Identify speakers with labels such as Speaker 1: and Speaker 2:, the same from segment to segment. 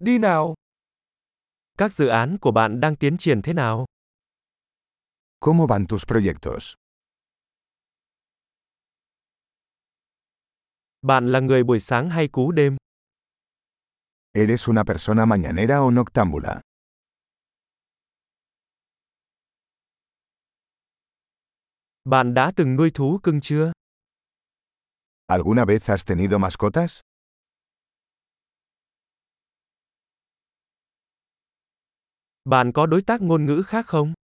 Speaker 1: đi nào.
Speaker 2: Các dự án của bạn đang tiến triển thế nào?
Speaker 3: ¿Cómo van tus proyectos?
Speaker 2: Bạn là người buổi sáng hay cú đêm?
Speaker 3: ¿Eres una persona mañanera o noctámbula?
Speaker 2: Bạn đã từng nuôi thú cưng chưa?
Speaker 3: ¿Alguna vez has tenido mascotas?
Speaker 2: Bạn có đối tác ngôn ngữ khác không?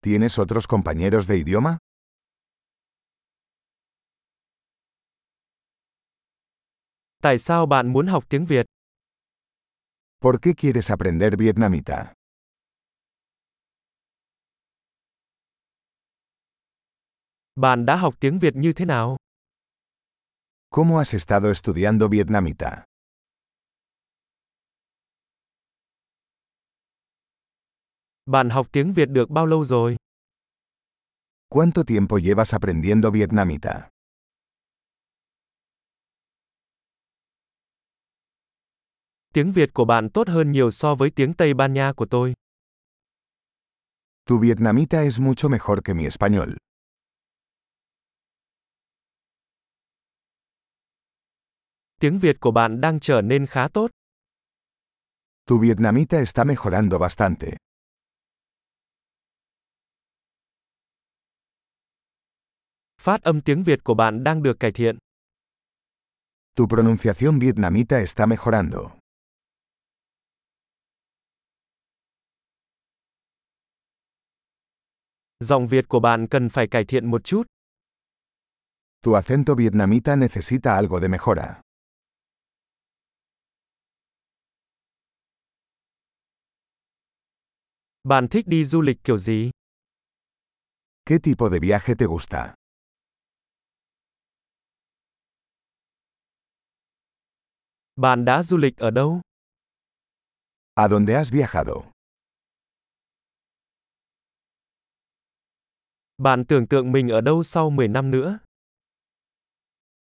Speaker 3: ¿Tienes otros compañeros de idioma?
Speaker 2: Tại sao bạn muốn học tiếng Việt?
Speaker 3: ¿Por qué quieres aprender vietnamita?
Speaker 2: Bạn đã học tiếng Việt như thế nào?
Speaker 3: ¿Cómo has estado estudiando vietnamita?
Speaker 2: Bạn học tiếng Việt được bao lâu rồi?
Speaker 3: ¿Cuánto tiempo llevas aprendiendo vietnamita?
Speaker 2: Tiếng Việt của bạn tốt hơn nhiều so với tiếng Tây Ban Nha của tôi.
Speaker 3: Tu vietnamita es mucho mejor que mi español.
Speaker 2: Tiếng Việt của bạn đang trở nên khá tốt.
Speaker 3: Tu vietnamita está mejorando bastante.
Speaker 2: Phát âm tiếng Việt của bạn đang được cải thiện.
Speaker 3: Tu pronunciación vietnamita está mejorando.
Speaker 2: Giọng Việt của bạn cần phải cải thiện một chút.
Speaker 3: Tu acento vietnamita necesita algo de mejora.
Speaker 2: Bạn thích đi du lịch kiểu gì?
Speaker 3: ¿Qué tipo de viaje te gusta?
Speaker 2: Bạn đã du lịch ở đâu?
Speaker 3: ¿A dónde has viajado?
Speaker 2: Bạn tưởng tượng mình ở đâu sau 10 năm nữa?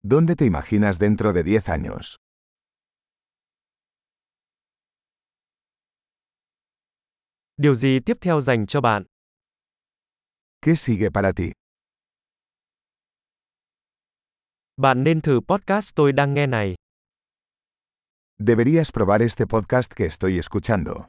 Speaker 3: ¿Dónde te imaginas dentro de 10 años?
Speaker 2: Điều gì tiếp theo dành cho bạn?
Speaker 3: ¿Qué sigue para ti?
Speaker 2: Bạn nên thử podcast tôi đang nghe này.
Speaker 3: Deberías probar este podcast que estoy escuchando.